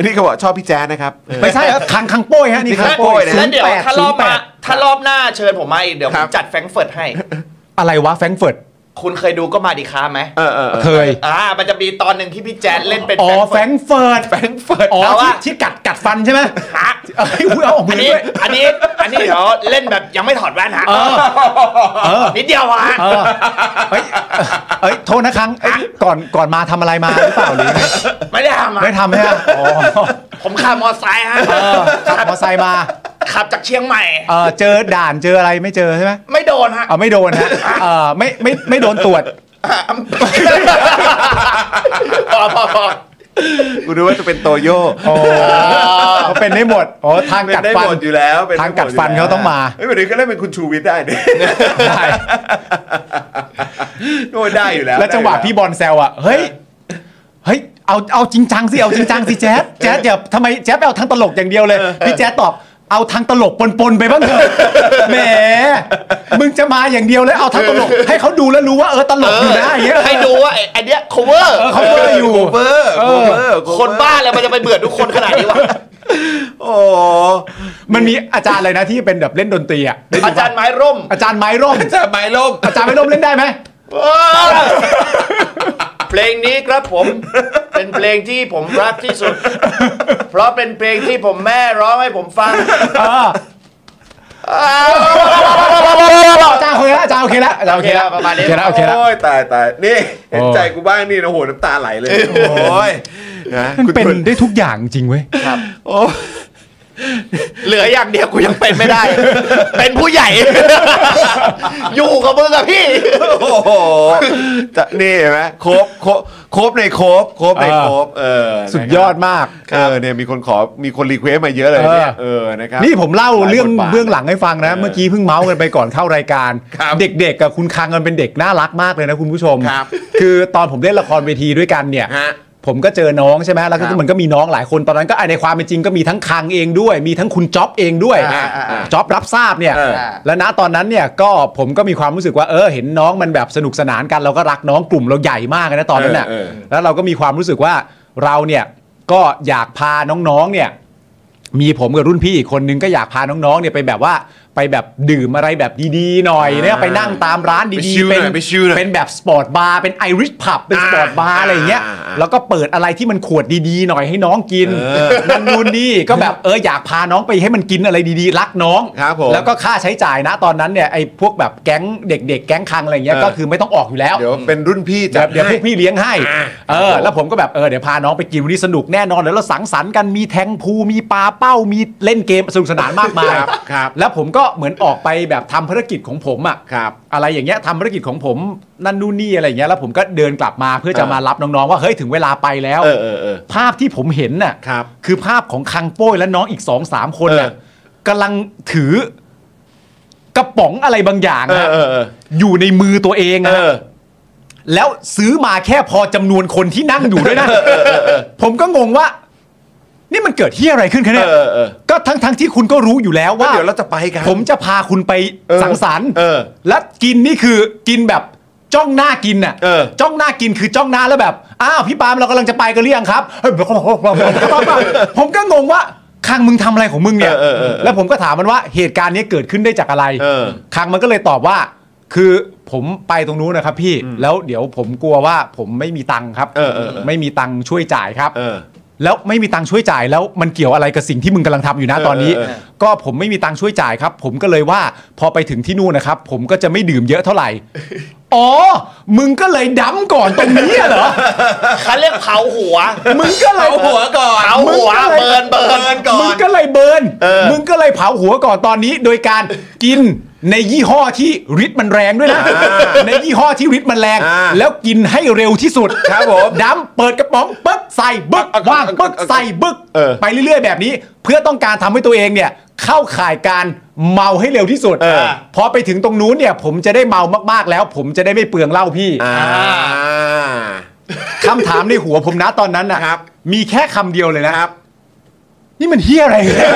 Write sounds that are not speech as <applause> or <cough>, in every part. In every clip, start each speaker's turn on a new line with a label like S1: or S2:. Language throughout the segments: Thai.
S1: นี่เขาบอกชอบพี่แจ๊ดนะครับ
S2: ไม่ใช่ครับคังคังโป้ยฮะนี่
S1: คั
S2: คัง
S1: งโป้
S2: โป้ย
S1: ยนะ
S2: ศู
S3: แล้ว
S2: นย์
S3: เดี๋ยว
S2: แปด
S3: ถ้าร
S2: ศู
S3: อน บ
S2: ย์แป
S3: มา
S2: ด
S3: ถ้ารอบหน้าเชิญผมมาอีกเดี๋ยว
S1: ค
S3: ผ
S1: รับ
S3: มจัดแฟรงก์เฟิร์ตให้
S2: อะไรวะแฟรงก์เฟิร์ต
S3: คุณเคยดูก็มาดีค้าไหม
S1: เออเออเออ
S2: เคย
S3: อ่ามันจะมีตอนหนึ่งที่พี่แจ๊ดเล่นเป็น
S2: อ๋อแฟ
S3: แฟ
S2: ร
S3: รง งก์
S2: ก์เฟิร์ต
S1: แฟรงก์เฟิร์ต
S2: อ๋อ
S3: แต่ว่า
S2: ที่ที่กัดกัดฟันใช่ไหม
S3: เฟิร์ตฮะ
S2: เอ้ยอุ๊ยเอาออก
S3: อั
S2: มื
S3: น
S2: อ
S3: นี้
S2: ด้วย
S3: อันนี้อันนี้เดี๋ยวเล่นแบบยังไม่ถอดแว่นฮะ
S2: เออ
S3: นิดเดียวฮะ
S2: เออเฮ้ยเอ้ยโทษนะครั้งเอ้ยก่อนก่อนมาทำอะไรมาหรือเปล่าหรือไง
S3: ไม่ได้ทำ
S2: ไม่
S3: ฮะ
S2: ทำใช่ไหมอ๋อ
S3: ผมขับมอไซค์ฮะ
S2: เออขับมอเตอร์ไซค์มา
S3: ขับจากเชียงใหม่
S2: เออเจอด่านเจออะไรไม่เจอใช่ไหม
S3: ไม่โดนฮะ
S2: เอาไม่โดนฮะเออไม่ไม่ไม่โดนตรวจ
S3: พอพอพอ
S1: กูรู้ว่าจะเป็นโตโย่
S2: โอ้เขาเป็นได้หมดโอ้ทาง
S1: เป็น
S2: กัด
S1: ได้
S2: ฟั
S1: ห
S2: น
S1: มดอยู่แล้วเป็นไ
S2: ทางกัดฟัน
S1: หมยู่
S2: เขาต้องมา
S1: แล้วเฮ้ยวันนี้ก็ได้เป็นคุณชูวิทย์ได้เนี่ย
S2: ได้
S1: โอ้ยได้อยู่แล้ว
S2: แล้วจังหวะพี่บอลแซวอ่ะ เฮ้ย เฮ้ย เอา เอาจริงจังสิ เอาจริงจังสิแจ๊ดแจ๊ดอย่าทำไมแจ๊ดไปเอาทางตลกอย่างเดียวเลย พี่แจ๊ดตอบ เอาทางตลกปนๆไปบ้างเถอะ แหม มึงจะมาอย่างเดียวเลยเอาทางตลก ให้เขาดูแล้วรู้ว่าเออตลกอยู่นะอย่างเงี้ย
S3: ให้ดูว่าไอ้ไอเนี้ย cover
S2: เขาเบอร์อยู่
S1: เบอร์โคเวอร์โเวอร์
S3: คนบ้าแล้วมันจะไปเบื่อทุกคนขนาดนี้วะ
S1: โอ้
S2: มันมีอาจารย์อะไรนะที่เป็นแบบเล่นดนตรีอ่ะได้ดูปะ
S3: อาจารย์ไม้ร่ม
S2: อาจารย์ไม้ร่ม
S1: จะไม้ล่ม
S2: อาจารย์ไม้ร่มเล่นได้ไหม
S3: <laughs> เพลงนี้ครับผม เป็นเพลงที่ผมรักที่สุด เพราะเป็นเพลงที่ผมแม่ร้องให้ผมฟัง
S2: เอออาจารย์โอเคแล้วอาจารย์โอเคแล้วอาจารย์โอเคแล้ว
S3: โอเคแล้วประมาณนี้
S2: โอเคแล้วโอเคแล้ว
S1: โอ้ยตายตายนี่เห็นใจกูบ้างนี่นะโหน้ำตาไหลเลยโอ้ยะ
S2: มัน
S1: คุณ
S2: เป็น
S1: คุณ
S2: ได้ทุกอย่างจริงเว้ย
S1: โอ้ย
S3: เหลืออย่างเดียวกูยังเป็นไม่ได้ เป็นผู้ใหญ่ <laughs> อยู่กับมึงอะพี่
S1: โอ้โหจะนี่เห็นไหมครบครบครบในครบครบในครบเออ
S2: สุดยอดมาก
S1: เออเนี่ยมีคนขอมีคนรีเควสมาเยอะเลยเนี่ยเออนะครับ
S2: นี่ผมเล่าเรื่อง
S1: หลายบทบาท
S2: เบื้องหลังให้ฟังนะ
S1: เออ
S2: เมื่อกี้เพิ่งเมาส์กันไปก่อนเข้ารายการ
S1: ครับ
S2: เด็กๆกับคุณคังกันเป็นเด็กน่ารักมากเลยนะคุณผู้ชม
S1: ครับ
S2: คือตอนผมเล่นละครเวทีด้วยกันเนี่ย
S1: ฮะ
S2: ผมก็เจอน้องใช่ไหมแล้ว
S1: ครั
S2: ก็
S1: บ
S2: มันก็มีน้องหลายคนตอนนั้นก็ในความเป็นจริงก็มีทั้งคังเองด้วย มีทั้งคุณจ๊อบเองด้วย
S1: อ่าอ่าอ่า
S2: จ๊อบรับทราบเนี่ย
S1: เออ
S2: และณตอนนั้นเนี่ยก็ผมก็มีความรู้สึกว่าเออเห็นน้องมันแบบสนุกสนานกันเราก็รักน้องกลุ่มเราใหญ่มากนะตอนนั้นน่ะ
S1: เออเออ
S2: แล้วเราก็มีความรู้สึกว่าเราเนี่ยก็อยากพาน้องๆเนี่ย มีผมกับรุ่นพี่อีกคนนึงก็อยากพาน้องๆเนี่ยไปแบบว่าไปแบบดื่มอะไรแบบดีๆหน่อยเนี่ย
S1: อ่า
S2: ไปนั่งตามร้าน
S1: ไป
S2: ดี
S1: ชิล
S2: ๆ
S1: หน่
S2: เป็
S1: อย
S2: น
S1: ไปชิลหน่อย
S2: เป็นแบบสปอร์ตบาร์เป็นไอริชผับเป็นสปอร์ตบาร์
S1: อ่า
S2: อะไรอย่างเงี้ย
S1: อ่าอ่า
S2: แล้วก็เปิดอะไรที่มันขวดดีๆหน่อยให้น้องกิน
S1: เออ
S2: นั่นนู่นนี่ ก็แบบเอออยากพาน้องไปให้มันกินอะไรดีๆ รักน้อง
S1: ครับผม
S2: แล้วก็ค่าใช้จ่ายนะตอนนั้นเนี่ยไอ้พวกแบบแก๊งเด็ก ๆ แก๊งคังอะไรอย่างเงี้ย
S1: เออ
S2: ก็คือไม่ต้องออกอยู่แล้ว
S1: เดี๋ยวเป็นรุ่นพี่จั
S2: เดี๋ย
S1: ด
S2: วเดี๋ยวพวก
S1: ให้
S2: พี่เลี้ยงให้
S1: อ่า
S2: เอ
S1: ค
S2: อ
S1: รับผม
S2: แล้วผมก็แบบ เออ เดี๋ยวพาน้องไปกินวันนี้สนุกแน่นอน เดี๋ยวเราสังสรรค์กันมีแทงพูมีปลาเป้า มีเล่นเกมสนุกสนานมากมาย
S1: ครับครับ
S2: แล้วผมก็เหมือนออกไปแบบทำภารกิจของผมอะ
S1: ครับ
S2: อะไรอย่างเงี้ยทำภารกิจของผมนั่นนู่นนี่อะไรอย่างเงี้ย แล้วผมก็เดินกลับมาเพื่อจะมารับน้องๆว่า เฮ้ย ถึงเวลาไปแล้ว
S1: เออเออเออ
S2: ภาพที่ผมเห็นน่ะ
S1: ครับ
S2: อภาพของคังโป้ยและน้องอีกสองสามคนน่ะ
S1: เออ
S2: กำลังถือ กระป๋องอะไรบางอย่าง
S1: เออ
S2: นะ
S1: เออเออ
S2: อยู่ในมือตัวเอง
S1: เอ
S2: นะ
S1: อ
S2: แล้วซื้อมาแค่พอจำนวนคนที่นั่งอยู่ด้วยนะ ผมก็งงว่า นี่มันเกิดที่อะไรขึ้นคะเนี่ย
S1: เออเออ
S2: ก็ทั้งทั้งที่คุณก็รู้อยู่แล้วว่า
S1: เดี๋ยวเราจะไปกัน
S2: ผมจะพาคุณไป
S1: เออ
S2: สังสรรค์
S1: เออ
S2: และกินนี่คือกินแบบจ้องหน้ากินน่ะ
S1: เออ
S2: จ้องหน้ากินคือจ้องหน้าแล้วแบบอ้าวพี่ปาล์มเรากำลังจะไปกันหรือยังครับเฮ้ย <laughs> ผมก็งงว่าคังมึงทำอะไรของมึงเนี่ย
S1: เออเออเออ
S2: แล้วผมก็ถามมันว่าเหตุการณ์นี้เกิดขึ้นได้จากอะไร
S1: เออ
S2: คังมันก็เลยตอบว่า คือผมไปตรงนู้นนะครับ พี่แล้วเดี๋ยวผมกลัวว่าผมไม่มีตังค์ครับ
S1: เออเออเออ
S2: ไม่มีตังค์ช่วยจ่ายครับ
S1: เออ
S2: แล้วไม่มีตังค์ช่วยจ่ายแล้วมันเกี่ยวอะไรกับสิ่งที่มึงกำลังทำอยู่นะ
S1: เออ
S2: ตอนนี้
S1: เออเออ
S2: ก็ผมไม่มีตังค์ช่วยจ่ายครับ ผมก็เลยว่าพอไปถึงที่นู่นนะครับ ผมก็จะไม่ดื่มเยอะเท่าไหร่ อ๋อ มึงก็เลยดั้มก่อนตรงนี้เหรอ
S3: เขาเรียกเผาหัว
S2: มึงก็เลย
S1: เผาหัวก่อน
S3: เผาหัวเบิร์นเบิร์นก่อ
S2: มึง
S3: น
S2: ก็เลยเบิร์น
S1: เออ
S2: มึงก็เลยเผาหัวก่อนตอนนี้ โดยการกินในยี่ห้อที่ฤทธิ์มันแรงด้วยนะ ในยี่ห้อที่ฤทธิ์มันแรง
S1: อ่า
S2: แล้วกินให้เร็วที่สุด
S1: ครับผม
S2: ดั้มเปิดกระป๋องปึ๊บใส่บึกว่างปึ๊กใส่บึก
S1: เออ
S2: ไปเรื่อยๆแบบนี้ เพื่อต้องการทำให้ตัวเองเนี่ย เข้าข่ายการเมาให้เร็วที่สุด
S1: เออ
S2: พอไปถึงตรงนู้นเนี่ย ผมจะได้เมามากๆแล้ว ผมจะได้ไม่เปลืองเหล้าพี่
S1: อ่า
S2: คำถามในหัวผมนะตอนนั้นนะครับ มีแค่คำเดียวเลยนะครับ นี่มันเฮียอะไร
S1: <laughs>
S2: เนี่ย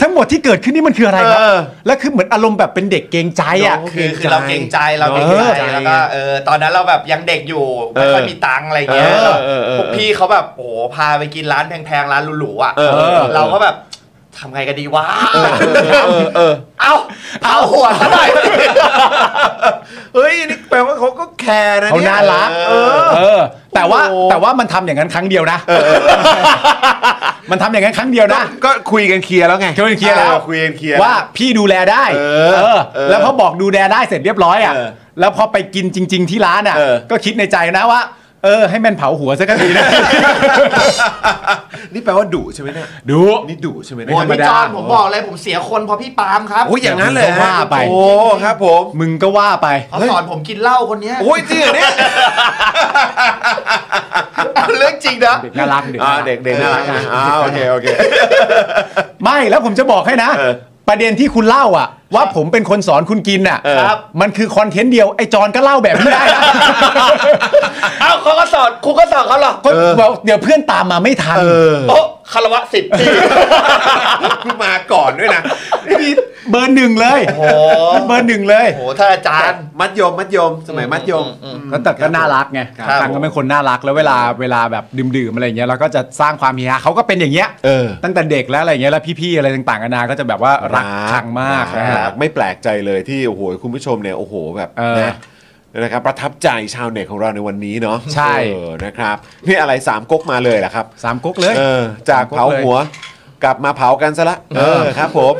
S2: ทั้งหมดที่เกิดขึ้นนี่มันคืออะไรครับ
S3: เออ
S2: แล้วคือเหมือนอารมณ์แบบเป็นเด็กเกรงใจอ่ะ
S1: โอเค
S3: คือคือเราเกรงใจเราเกรง
S2: เออ
S3: ใจแล้วก็เออตอนนั้นเราแบบยังเด็กอยู่ไม่ค่อยมีตังค์อะไรเงี้ย
S1: เออ
S3: แล้ว
S1: เออเออ
S3: พวกพี่เขาแบบโอ้โหพาไปกินร้านแพงๆร้านหรูๆอ่ะ
S1: เออเออ
S3: เราก็แบบทำไงกันดีวะ
S1: เออเออ
S3: เอาเอาหัวซะหน่อย
S1: เฮ้ยนี่แปลว่าเขาก็แคร์นะ
S2: เขา
S1: ย
S2: น่ารัก
S1: เออ
S2: เออ แต่ว่า
S1: โอ้
S2: แต่ว่ามันทำอย่างนั้นครั้งเดียวนะ <laughs> มันทำอย่างนั้นครั้งเดียวนะ
S1: ก็คุยกันเคลียร์แล้วไง
S2: คุยกันเคลียร์แล้ว
S1: ออคุยกันเคลียร์
S2: ว่าพี่ดูแลได้
S1: เออ
S2: เออ
S1: เออ
S2: แล้วพอบอกดูแลได้เสร็จเรียบร้อยอ่ะ
S1: เออ
S2: แล้วพอไปกินจริง ๆ ที่ร้านอ่ะ
S1: เออ
S2: ก็คิดในใจนะว่า เออ ให้แม่นเผาหัวซะก็ดีนะ
S1: นี่แปลว่าดุใช่ไหมเนี่ย
S2: ดู
S1: นี่ดุใช่ไหม
S2: ไม่
S1: เนี่ย
S2: ธรรม
S3: โอ้ยพี่
S2: ดา
S3: จอนผมบอกเลยผมเสียคนเพราะพี่ปาล์มครับ
S1: โอ้ยอย่างนั้นเลย
S2: ก็ว่าไป
S1: โอ้ครับผม
S2: มึงก็ว่าไป
S3: เขาสอนผมกินเหล้าคนเนี้ย
S1: โอ้ยจริงเหรอเนี่ย
S3: เรื่องจริงนะ
S2: เด็กน่ารักเด็ก
S1: อ่า
S2: น่ารัก
S1: เด็กเด็กน่ารักนะอ่าโอเคโอเค
S2: ไม่แล้วผมจะบอกให้นะ
S1: เออ
S2: ประเด็นที่คุณเล่าอ่ะ ว่าผมเป็นคนสอนคุณกินอ่ะ
S1: เออ
S3: ครับ
S2: มันคือคอนเทนต์เดียวไอ้จอนก็เล่าแบบนี้ได้นะ
S3: เอ้าเขาก็สอนครูก็สอนเขาเหรอ
S2: ก็บอกเดี๋ยวเพื่อนตามมาไม่ทัน
S1: เออ
S3: โอ้คารวะสิทธิ์พี่
S1: กูมาก่อนด้วยนะ
S2: นี่เบอร์หนึ่งเลย
S3: โอ้โห
S2: เบอร์หนึ่งเลย
S3: โอ้โหท่านอาจารย์
S1: มัดยม มัดยม สมัยมัดยม
S2: แล้วแต่ก็น่ารักไง
S1: ครับ
S2: ตังก็เป็นคนน่ารักแล้วเวลาเวลาแบบดื่มๆอะไรอย่างเงี้ยเราก็จะสร้างความเฮฮาเขาก็เป็นอย่างเงี้ย
S1: เออ
S2: ตั้งแต่เด็กแล้วอะไรอย่างเงี้ยแล้วพี่ๆอะไรต่างๆนานาก็จะแบบว่ารักชังมากนะฮะ
S1: รักไม่แปลกใจเลยที่โอ้โหคุณผู้ชมเนี่ยโอ้โหแบบ
S2: เออ
S1: นะนะครับประทับใจชาวเน็ตของเราในวันนี้เนาะ
S2: ใช่
S1: เออนะครับนี่อะไรสามก๊กมาเลยเหรอครับ
S2: สามก๊กเลย
S1: เออจากเผา
S2: สามก๊กเลย
S1: หัว กลับมาเผากันซะละเออครับผม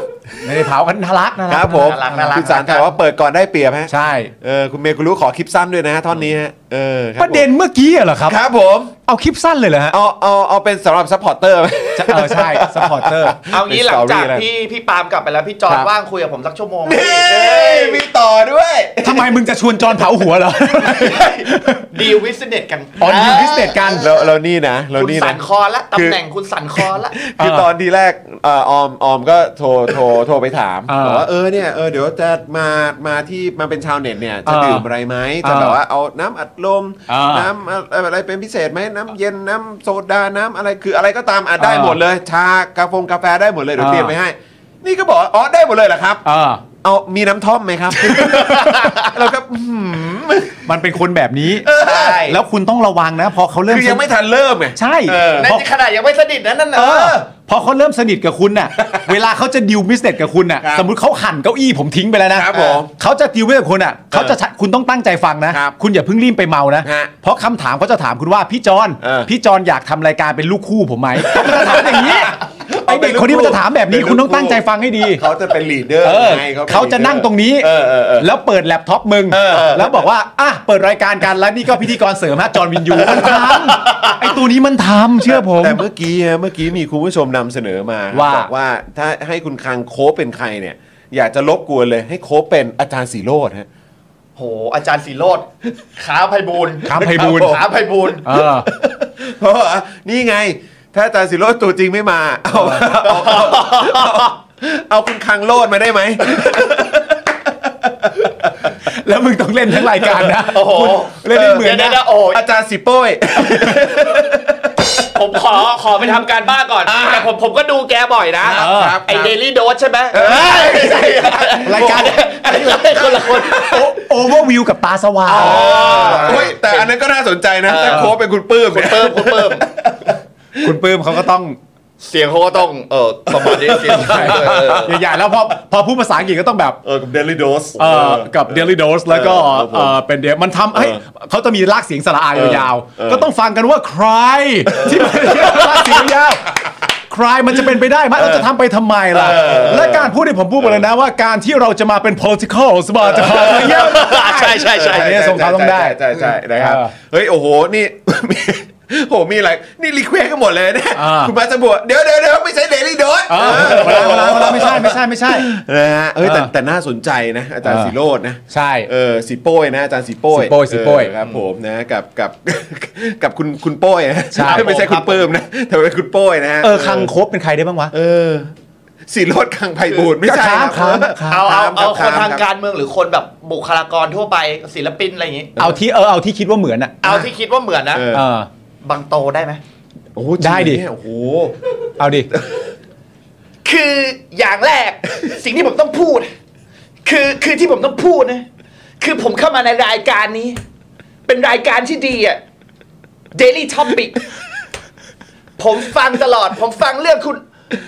S2: ไม่ได้เผากันน่ารักนะ
S1: ครับผม
S3: น่ารักน่ารัก
S1: คุณสารข่าวว่าเปิดก่อนได้เปรียบฮะ
S2: ใช่
S1: เออคุณเมย์คุณรู้ขอคลิปสั้นด้วยนะฮะท่อนนี้ฮะเออคบผม
S2: ประเด็นเมื่อกี้เหรอครับ
S1: ครับผม
S2: เอาคลิปสั้นเลยเหรอฮะ
S1: เอาเอาเอาเป็นสำหรับซัพพอร์เตอร์ไหม
S2: จะเออใช่สปอร์เตอร์
S3: เอางี้หลังจาก
S1: เป็น story
S3: พี่พี่ปาล์มกลับไปแล้วพี่จอ
S2: ค
S3: ด
S2: รับ
S3: ว่างคุยกับผมสักชั่วโมง
S1: เฮ้ยมีต่อด้วย
S2: <laughs> ทำไมมึงจะชวนจอนเผาหัวเหรอ
S3: ดีลวิสเนตกัน
S2: ออนยูพิสเตกัน
S1: เราเรานี่นะเรา
S3: คุณ
S1: นี่
S3: สั
S1: นะ
S3: นคอละตำแหน่งคุณสันคอละ
S1: คือ
S2: เออ
S1: ตอนทีแรกเอ่อออมออมก็โทรโทรโทรไปถาม
S2: เออ
S1: บอกว่าเออเนี่ยเออเดี๋ยวจะมามาที่มาเป็นชาวเน็ตเนี่ยจะ
S2: เออ
S1: ดื่มอะไรไหมจะ
S2: เออ
S1: แบบว่าเอาน้ำอัดลม
S2: เออ
S1: น้ำอะอะไรเป็นพิเศษไหมน้ำเย็นน้ำโซดาน้ำอะไรคืออะไรก็ตามอ่ะได้
S2: เออ
S1: หมดเลย ชากาแฟกาแฟได้หมดเลยเดี๋ยว
S2: เออ
S1: เตรียมไปให้ นี่ก็บอกว่าอ๋อได้หมดเลยเหรอครับ
S2: <laughs> เออ
S1: เอามีน้ำท่อมไหมครับ <laughs> เราก็อื้อหือ
S2: มันเป็นคนแบบนี้
S3: ใช่
S2: แล้
S3: แล้ว
S2: วคุณต้องระวังนะ พอเขาเริ่ม
S1: คือยังไม่ทันเริ่มไง
S2: ใช่
S1: เออ
S3: นั่
S2: พอน
S3: ขนาดยังไม่สนิทนะนั่นน่ะ
S2: เออพอเขาเริ่มสนิทกับคุณ
S1: <laughs>
S2: น่ะ เวลาเขาจะดิวบิสเนสกับคุณน่ะ
S1: ครับ
S2: สมมติเขาหั่นเก้าอี้ผมทิ้งไปแล้วนะครับ
S1: ผม
S2: เขาจะดิวกับคุณน่ะเขาจะคุณต้องตั้งใจฟังนะ
S1: ครับ
S2: คุณอย่าเพิ่งรีบไปเมานะ
S1: ฮะ
S2: เพราะคำถามเขาจะถามคุณว่าพี่จอน
S1: เออ
S2: พี่จอนอยากทำรายการเป็นลูกคู่ผมไหมเขาจะถามอย่าง
S1: <laughs>
S2: นี้ไอเด็กคนนี้มันจะถามแบบนี้
S1: เป็นลูก
S2: คุณต้องตั้งใจ
S1: คู่
S2: ฟังให้ดี
S1: เขาจะเป็นลีดเดอร์
S2: เออ
S1: ไงป็
S2: เขาจะนั่งตรงนี้
S1: เออเออเออ
S2: แล้วเปิดแล็ปท็อปมึง
S1: เออเออ
S2: แล้วบอกว่า อ่ะ เปิดรายการกันแล้วนี่ก็พิธีกรเสริมฮะจอร์นวินยูมันทำไอตัวนี้มันทำเชื่อผม
S1: แต่เมื่อกี้ฮะเมื่อกี้มีคุณผู้ชมนำเสนอมา
S2: ว่า
S1: บอกว่าถ้าให้คุณคังโคบเป็นใครเนี่ย อยากจะลบกวนเลยให้โคบเป็นอาจารย์สีโรด
S2: <laughs>
S1: ฮะ
S3: โห อาจารย์สีโรดขาไพบูลย์
S2: ครับไพบูลย์
S3: ขาไพบูลย์
S2: เออ
S1: เพราะว่านี่ไง ถ้าอาจารย์สีโรดตัวจริงไม่มาเอาเอาเอาเอาเอาคุณคังโลดมาได้ไหม
S2: แล้วมึงต้องเล่นทั้งรายการนะ
S3: โอ้โห
S2: เล่นได้เหมือน
S3: ดี๋ยว
S2: นะ
S3: ๆๆโอ้ย
S1: อาจารย์สีโป้ย
S3: ผมขอขอไปทำการบ้านก่อน แต่ผมผมก็ดูแกบ่อยนะ
S1: ครับ
S3: ไอเดลี่โดสใช่ไหม
S1: ย
S2: รายการ
S3: อันนี้คนละคน
S2: โอเวอร์วิวกับตาสว่าง
S1: โอ้ยแต่อันนั้นก็น่าสนใจนะถ้าโคบเป็นคุณปื้มเนี่ย
S3: เพิ่มเพิ่ม
S2: คุณปื้มเขาก็ต้อง
S3: เสียงเขาก็ต้อง เออประมาณนี้เสี <laughs> ยง
S2: ใหญ่ๆแล้วพอพอพูดภาษาอังกฤษก็ต้องแบบ
S1: เออกับเดลิโดส
S2: เอ่อกับ Daily Dose แล้วก็
S1: เออครับผม
S2: เอ่อเป็นเดียมันทำให้
S1: เออ
S2: เขาจะมีลากเสียงสระอา
S1: เออย
S2: าว
S1: เออ
S2: ๆ ก็ต้องฟังกันว่าใครที่มันลากเสียงยาวใครมันจะเป็นไปได้ไหมเราจะทำไปทำไมล่ะ
S1: เออ
S2: และการพูดที่ผมพูดไปเลยนะว่าการที่เราจะมาเป็น political สบาร์จะอะไรเงี้ย
S3: ใช่ใช่ใช่
S2: อันนี้ส่งเขาต้องได้
S1: ใช่ใช่ใช่นะครับ
S2: เออ
S1: เฮ้ย โอ้โห นี่ <laughs> โห มีอะไร นี่รีเควสกันหมดเลยนะ
S2: อ่า
S1: คุณมาสบวเดี๋ยวเดี๋ยวเดี๋ยวไม่ใช่เดลี่โดส
S2: เออเวลาเวลาเวลาไม่ใช่ไม่ใช่ไม่ใช่
S1: นะฮะเอ้ยแต่
S2: เออ
S1: แต่น่าสนใจนะ อาจารย์
S2: เออ
S1: สีโรจน์นะ
S2: ใช่
S1: เออสีโป้ยนะ อาจารย์สีโป้ย
S2: สีโป้ยสีโป้ย
S1: เออครับผมนะ กับกับ <laughs> กับคุณคุณโป้ยนะ
S2: ใช่
S1: ไม่ใช่คุณเปิมนะแต่เป็นคุณโป้ยนะฮะ
S2: เออคังคบเป็นใครได้บ้างวะ
S1: เออสีโรจน์คังไพบูลย์ไม่ใช่
S2: ค้าง
S1: ค
S2: ค้าง
S1: รับ
S2: ค้าง
S3: เอาเอาเอา
S1: ค
S3: ครับนทาง
S1: ครับ
S3: การเมืองหรือคนแบบบุคลากรทั่วไปศิลปินอะไรอย่างงี้
S2: เอาที่เออเอาที่คิดว่าเหมือนอ่ะ
S3: เอาที่คิดว่าเหมือนนะ
S1: เออ
S2: เออ
S3: บังโตได้ไหม
S1: โอ้โหจริง
S2: ได้ดิ
S1: เนี่ยโอ้โห
S2: เอาดิ
S3: คืออย่างแรก <laughs> สิ่งที่ผมต้องพูด คือคือที่ผมต้องพูดนะ คือผมเข้ามาในรายการนี้ เป็นรายการที่ดีอะ Daily Topic <laughs> ผมฟังตลอด ผมฟังเรื่องคุณ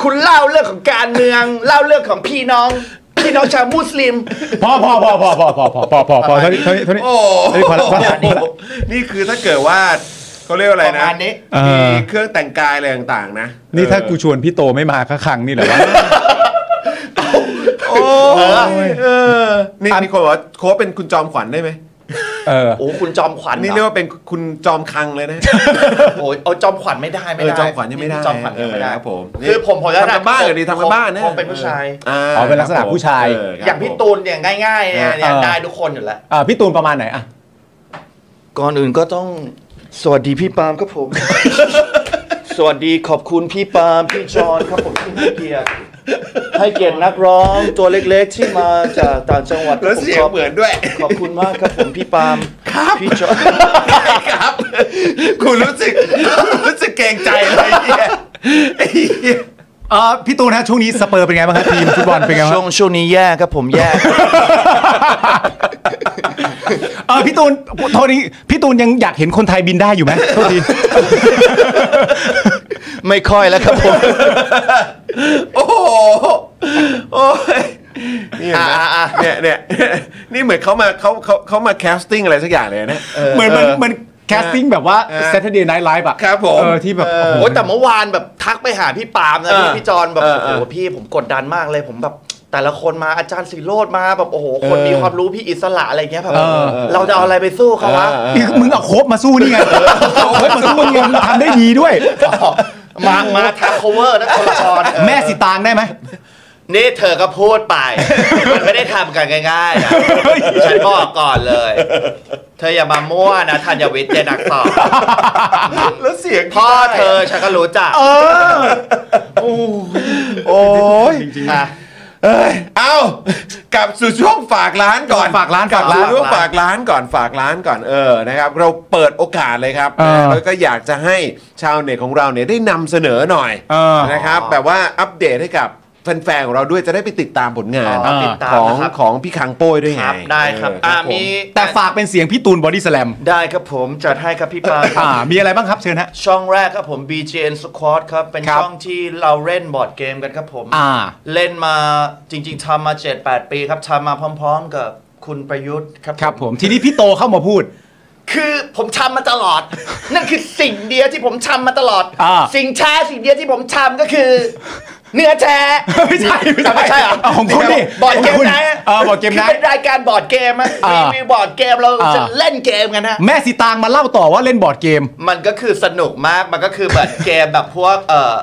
S3: คุณเล่าเรื่องของการเมือง เล่าเรื่องของพี่น้อง พี่น้องชาวมุสลิม
S2: พอพอพอพอพอพอพอพอพอพอเท่านี้เท่านี้เท่านี้
S1: โอ้
S2: เท่านี้พอละพอละพอละ
S1: นี่คือถ้าเกิดว่าเขาเรียกว่าอะไร
S3: ประ
S1: นะ
S3: มาณนี้
S1: มี
S2: เออ
S1: เครื่องแต่งกายอะไรต่างๆ นะ
S2: นี่ถ้ากู
S1: เอ
S2: ชวนพี่โตไม่มาก็คังนี่เหรอวะ
S1: อโอ้ยเออนี่มีคนบอกว่าโค้ชเป็นคุณจอมขวัญได้ไหม
S2: เออ
S3: โอ้คุณจอมขวัญ
S1: นี่
S3: หอ
S1: เรียกว่าเป็นคุณจอมคังเลยนะ
S3: โอ้ยเอาจอมขวัญไม่ได้ไม่
S1: เออ
S3: ได้
S1: จอมขวัญยังไม่ได้
S3: จอมขวัญยังไม่
S1: เอ
S3: ได้
S1: อครับผม
S3: คือผมผม
S1: ทำกันบ้านกันดีทำกันบ้านนะ
S3: ผมเป็นผู้ชาย
S2: อ๋อเป็นลักษณะผู้ชาย
S1: เครับ
S3: อย่างพี่
S1: ผม
S3: ตูนเนี่ยง่ายๆเนี่ยเนี่ย
S2: เออ
S3: ได้ทุกคนอยู่แล้ว
S2: อ่าพี่ตูนประมาณไหนอ่ะ
S3: ก่อนอื่นก็ต้องสวัสดีพี่ปาล์มครับผม <laughs> สวัสดีขอบคุณพี่ปาล์มพี่จอนครับผมที่ให้เกียรติให้เกียรตินักร้องตัวเล็กๆที่มาจากต่างจังหวัด
S1: แล้วเสียง
S3: ขบ
S1: เหมือนด้วย
S3: ขอบคุณมากครับผมพี่ปาล์มพี่จอน
S1: ครับกูรู้สึกรู้สึกเกรงใจเลยไอ้เหี้ยไอ้เหี้ย
S2: เออพี่ตูนฮะช่วงนี้สเปอร์เป็นไงบ้างครับทีมฟุตบอลเป็นไงบ้าง
S3: ช่วงช่วงนี้แย่ครับผมแย่
S2: เออพี่ตูนโทษทีพี่ตูนยังอยากเห็นคนไทยบินได้อยู่ไหมโทษที
S3: ไม่ค่อยแล้วครับผม
S1: โอ้โหโอ้ยนี่เห็นไหม
S3: อ่ะอ่ะ
S1: เนี่ยเนี่ยนี่เหมือนเขามาเขาเขาเขามาแคสติ้งอะไรสักอย่างเลยนะ
S2: เหมือนเหมันเหมือนแคสติ้งแบบว่า
S1: เออ
S2: Saturday Night Live อะ
S1: ครับผม
S2: เออที่แบบโอ้โห
S3: โอ้ยแต่เมื่อวานแบบทักไปหาพี่ปาล์มนะ
S1: เออ
S3: พี่พี่จอนแบบ
S1: เออ
S3: โอ้โห
S1: เออ
S3: พี่ผมกดดันมากเลย ผมแบบแต่ละคนมาอาจารย์สิโรดมาแบบโอ้โหคนมีความรู้พี่อิสระอะไรเงี้ยแบบเราจะเอาอะไรไปสู้เขาวะ
S2: นี่มึงเอาโคบมาสู้นี่ไงเอาโคบมาสู้นี่ไงมึงทำได้ดีด้วย
S3: มามาทาง cover นะคนละคร
S2: แม่สีตางได้ไหม
S3: <laughs> นี่เธอก็พูดไป มันไม่ได้ทำกันง่ายๆนะฉันบอกก่อนเลย เธออย่ามามั่วนะธัญวิทย์เจนักสอบ
S1: แล้วเสียง
S3: พ่อเธอฉันก็รู้จัก
S1: โอ้ย
S3: อ่ะ
S1: เอ้ยเอากลับสู่ช่วงฝากร้านก่อน
S2: ฝากร้าน
S1: กลับ
S2: ฝากร้าน
S1: สู่ช่วงฝากร้านก่อนฝากร้านก่อนเออนะครับ เราเปิดโอกาสเลยครับ
S2: เออ
S1: แล้วก็อยากจะให้ชาวเน็ตของเราเนี่ยได้นำเสนอหน่อย
S2: เออ
S1: นะครับแบบว่าอัปเดตให้กับแฟนๆของเราด้วยจะได้ไปติดตามผลงาน
S3: อ๋อติดตาม
S1: ของ
S3: นะครับ
S1: ของพี่คังโป้ยด้วย
S3: ค
S1: ไง
S3: รับได้ครับ
S1: เอออ
S3: อ่ะ
S1: ผ
S3: มี
S2: แต่ฝากเป็นเสียงพี่ตูนบอดี้สแลม
S3: ได้ครับผมจัดให้ครับพี่ปาล์ม
S2: อ่า มีอะไรบ้างครับเชิญฮะ
S3: ช่องแรกครับผม BGN Squad ครับ เป็น
S2: ครับ
S3: ช่องที่เราเล่นบอร์ดเกมกันครับผม
S2: อ่า
S3: เล่นมาจริง ๆทำมา 7-8 ปีครับทำมาพร้อม ๆ กับคุณประยุทธ์ครับ
S2: ครับผมทีนี้พี่โตเข้ามาพูด
S3: คือผมทำมาตลอด <laughs> นั่นคือสิ่งเดียวที่ผมทำมาตลอด
S2: อ่า
S3: สิ่งแท้สิ่งเดียวที่ผมทำก็คือ เนื้อแท้
S2: ไม่ใช่
S3: อ่ะไม่ใช่เหรอ
S2: เาของคุณนี่
S3: บอร์ดเก
S2: ข
S3: ม
S2: งคุณ
S3: นะ
S2: เออบอร์ดเกม
S3: คื
S2: นะ
S3: เป็นรายการบอร์ดเกมอะ
S2: อ่า
S3: รีวิวบอร์ดเกมเรา
S2: อ่า
S3: จะเล่นเกมกันฮะ
S2: แม่สีตางมาเล่าต่อว่าเล่นบอร์ดเกม
S3: มันก็คือสนุกมาก มันก็คือแบบเกมแบบพวกเออ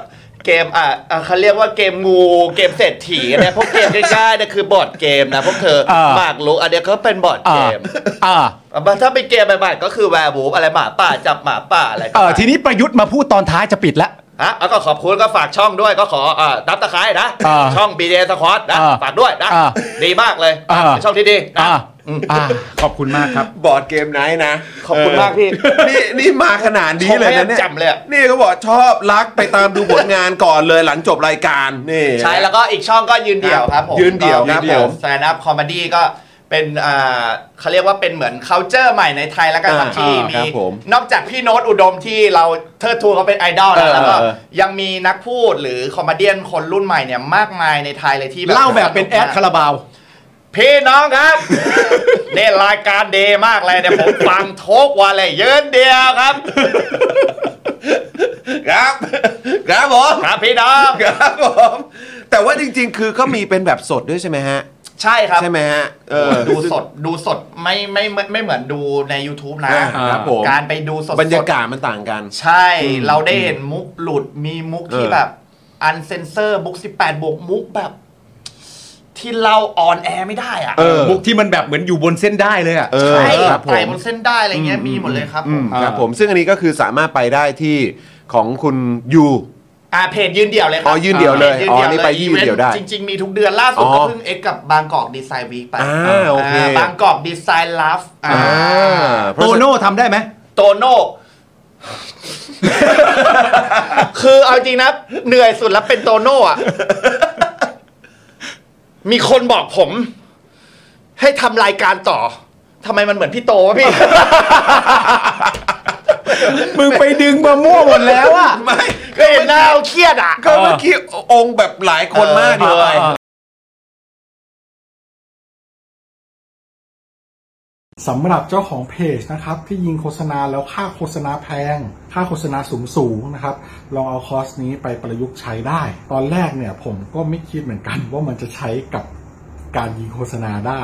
S3: เกมอ่ะอ่ะเขาเรียกว่าเกมงูเกมเศรษฐี
S2: <laughs>
S3: เนี่ยพวกเกมง่ายๆเนี่ยคือบอร์ดเกมนะพวกเธอ
S2: อ่า
S3: หมากรุกอันเนี้ยก็เป็นบอร์ด
S2: อ่า
S3: เกม
S2: อ่า
S3: อ่ะถ้าเป็นเกมใหม่ๆก็คือแวร์บูฟอะไรหมาป่าจับหมาป่าอะไรก็
S2: เออทีนี้ประยุทธ์มาพูดตอนท้ายจะปิดละ
S3: อ่ะแล้วก็ขอบคุณก็ฝากช่องด้วยก็ขออ่าดับตะไคร้นะ
S2: อ่า
S3: ช่อง b ีเ s สควอตนะ
S2: อ่า
S3: ฝากด้วยนะ
S2: อ่า
S3: ดีมากเลย
S2: อ่า
S3: เป็นช่องที่ดีนะ
S2: อ่า
S3: อืม
S2: อ่าขอบคุณมากครับ
S1: บอร์ดเกมไนท์นะ
S3: ขอบคุณ
S1: เ
S3: มากพี่
S1: นี่นี่มาขนาดนี้เลยนะเนี่ย
S3: ผมพยายามจำเลยอะ
S1: นี่ก็บอกชอบรักไปตามดูผลงานก่อนเลยหลังจบรายการนี่
S3: ใช่แล้วก็อีกช่องก็ยืนเดี่ยวครับผม
S1: ยืนเดี่ยวครับผม
S3: แซนด์คอมเมดี้ก็เป็นอ่าเขาเรียกว่าเป็นเหมือน c u เจอร์ใหม่ในไทยแล้วกันครับ
S1: อ่า
S3: ที่
S1: อ่าครับผม
S3: นอกจากพี่โน้ตอุดมที่เราเทิดทูนเขาเป็นไอดอล
S1: เอ
S3: แล้ว
S1: อ
S3: แล้วก็
S1: เออ
S3: ยังมีนักพูดหรือคอมเมเดี้คนรุ่นใหม่เนี่ยมากมายในไทยเลยที่
S2: เล่าแบบเป็นแอดคาราบาว
S3: พี่น้องครับ <laughs> เนี่ยรายการเดย์มากเลยเนี่ยผมฟังโทกวันเลยยืนเดียวครับ
S1: ครับครับผม
S3: ครับพี่น้อง
S1: ครับผมแต่ว่าจริงๆ คือเขามีเป็นแบบสดด้วยใช่ไหมฮะ
S3: ใช่ครับ
S1: ใช่ไหมฮะเออ
S3: ดูสดดูสดไม่ไม่ไม่ไม่เหมือนดูใน YouTube นะ
S1: อ่าครับผม
S3: การไปดูสดๆ
S1: บรรยากาศมันต่างกัน
S3: ใช่ เราได้เห็นมุกหลุดมีมุกที่
S1: เออ
S3: แบบ อันเซนเซอร์มุก 18 บวกมุกแบบ ที่เราออนแอร์ไม่ได้อะ
S1: เออ
S2: มุกที่มันแบบเหมือนอยู่บนเส้นได้เลยอ่ะ
S1: เออ
S3: ใช่
S1: ครับผ
S3: ไต่
S1: ม
S3: บนเส้นได้อะไรเงี้ยมีหมดเลยครับผม
S1: ครับผมซึ่งอันนี้ก็คือสามารถไปได้ที่ของคุณยู
S3: อ่าเพจยืนเดี่ยวเลยครั
S1: อ๋อยืนเดี่ยวเลย
S3: พจ
S1: อ๋อนี่ไปยืนเดี่ยวได้
S3: จริง ๆ มีทุกเดือนล่าสุด
S1: อ๋อ
S3: ก็เพิ่งเอ็กกับบางกอกดีไซน์วีคไป
S1: อ่าโอเค
S3: บางกอกดีไซน์ลัฟ
S1: อ่าเพราะ
S2: โต
S1: ฉะนั้น
S2: โน่ทำได้ไหม
S3: โตโน่ คือเอาจริงนะเหนื่อยสุดแล้วเป็นโตโน่อะมีคนบอกผม ให้ทำรายการต่อทำไมมันเหมือนพี่โตวะพี่
S2: มึงไปดึงมามั่วหมดแล้วอะ
S1: ไม่
S3: ก็เห็นหน้าเราเครียดอ่ะ
S1: ก็เมื่อกี้องค์แบบหลายคนมากเลย
S4: สำหรับเจ้าของเพจนะครับ ที่ยิงโฆษณาแล้วค่าโฆษณาแพง ค่าโฆษณาสูงสูงๆนะครับ ลองเอาคอร์สนี้ไปประยุกต์ใช้ได้ ตอนแรกเนี่ยผมก็ไม่คิดเหมือนกัน ว่ามันจะใช้กับการยิงโฆษณาได้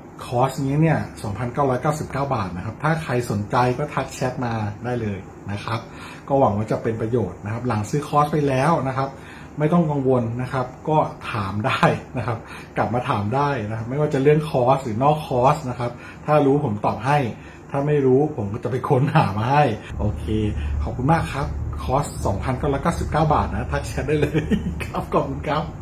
S4: คอร์สนี้เนี่ย 2,999 บาทนะครับ ถ้าใครสนใจก็ทักแชทมาได้เลยนะครับ ก็หวังว่าจะเป็นประโยชน์นะครับ หลังซื้อคอร์สไปแล้วนะครับ ไม่ต้องกังวลนะครับ ก็ถามได้นะครับ กลับมาถามได้นะครับ ไม่ว่าจะเรื่องคอร์สหรือนอกคอร์สนะครับ ถ้ารู้ผมตอบให้ ถ้าไม่รู้ผมก็จะไปค้นหามาให้ โอเค ขอบคุณมากครับ คอร์ส 2,999 บาทนะ ทักแชทได้เลย ครับ ขอบคุณครับ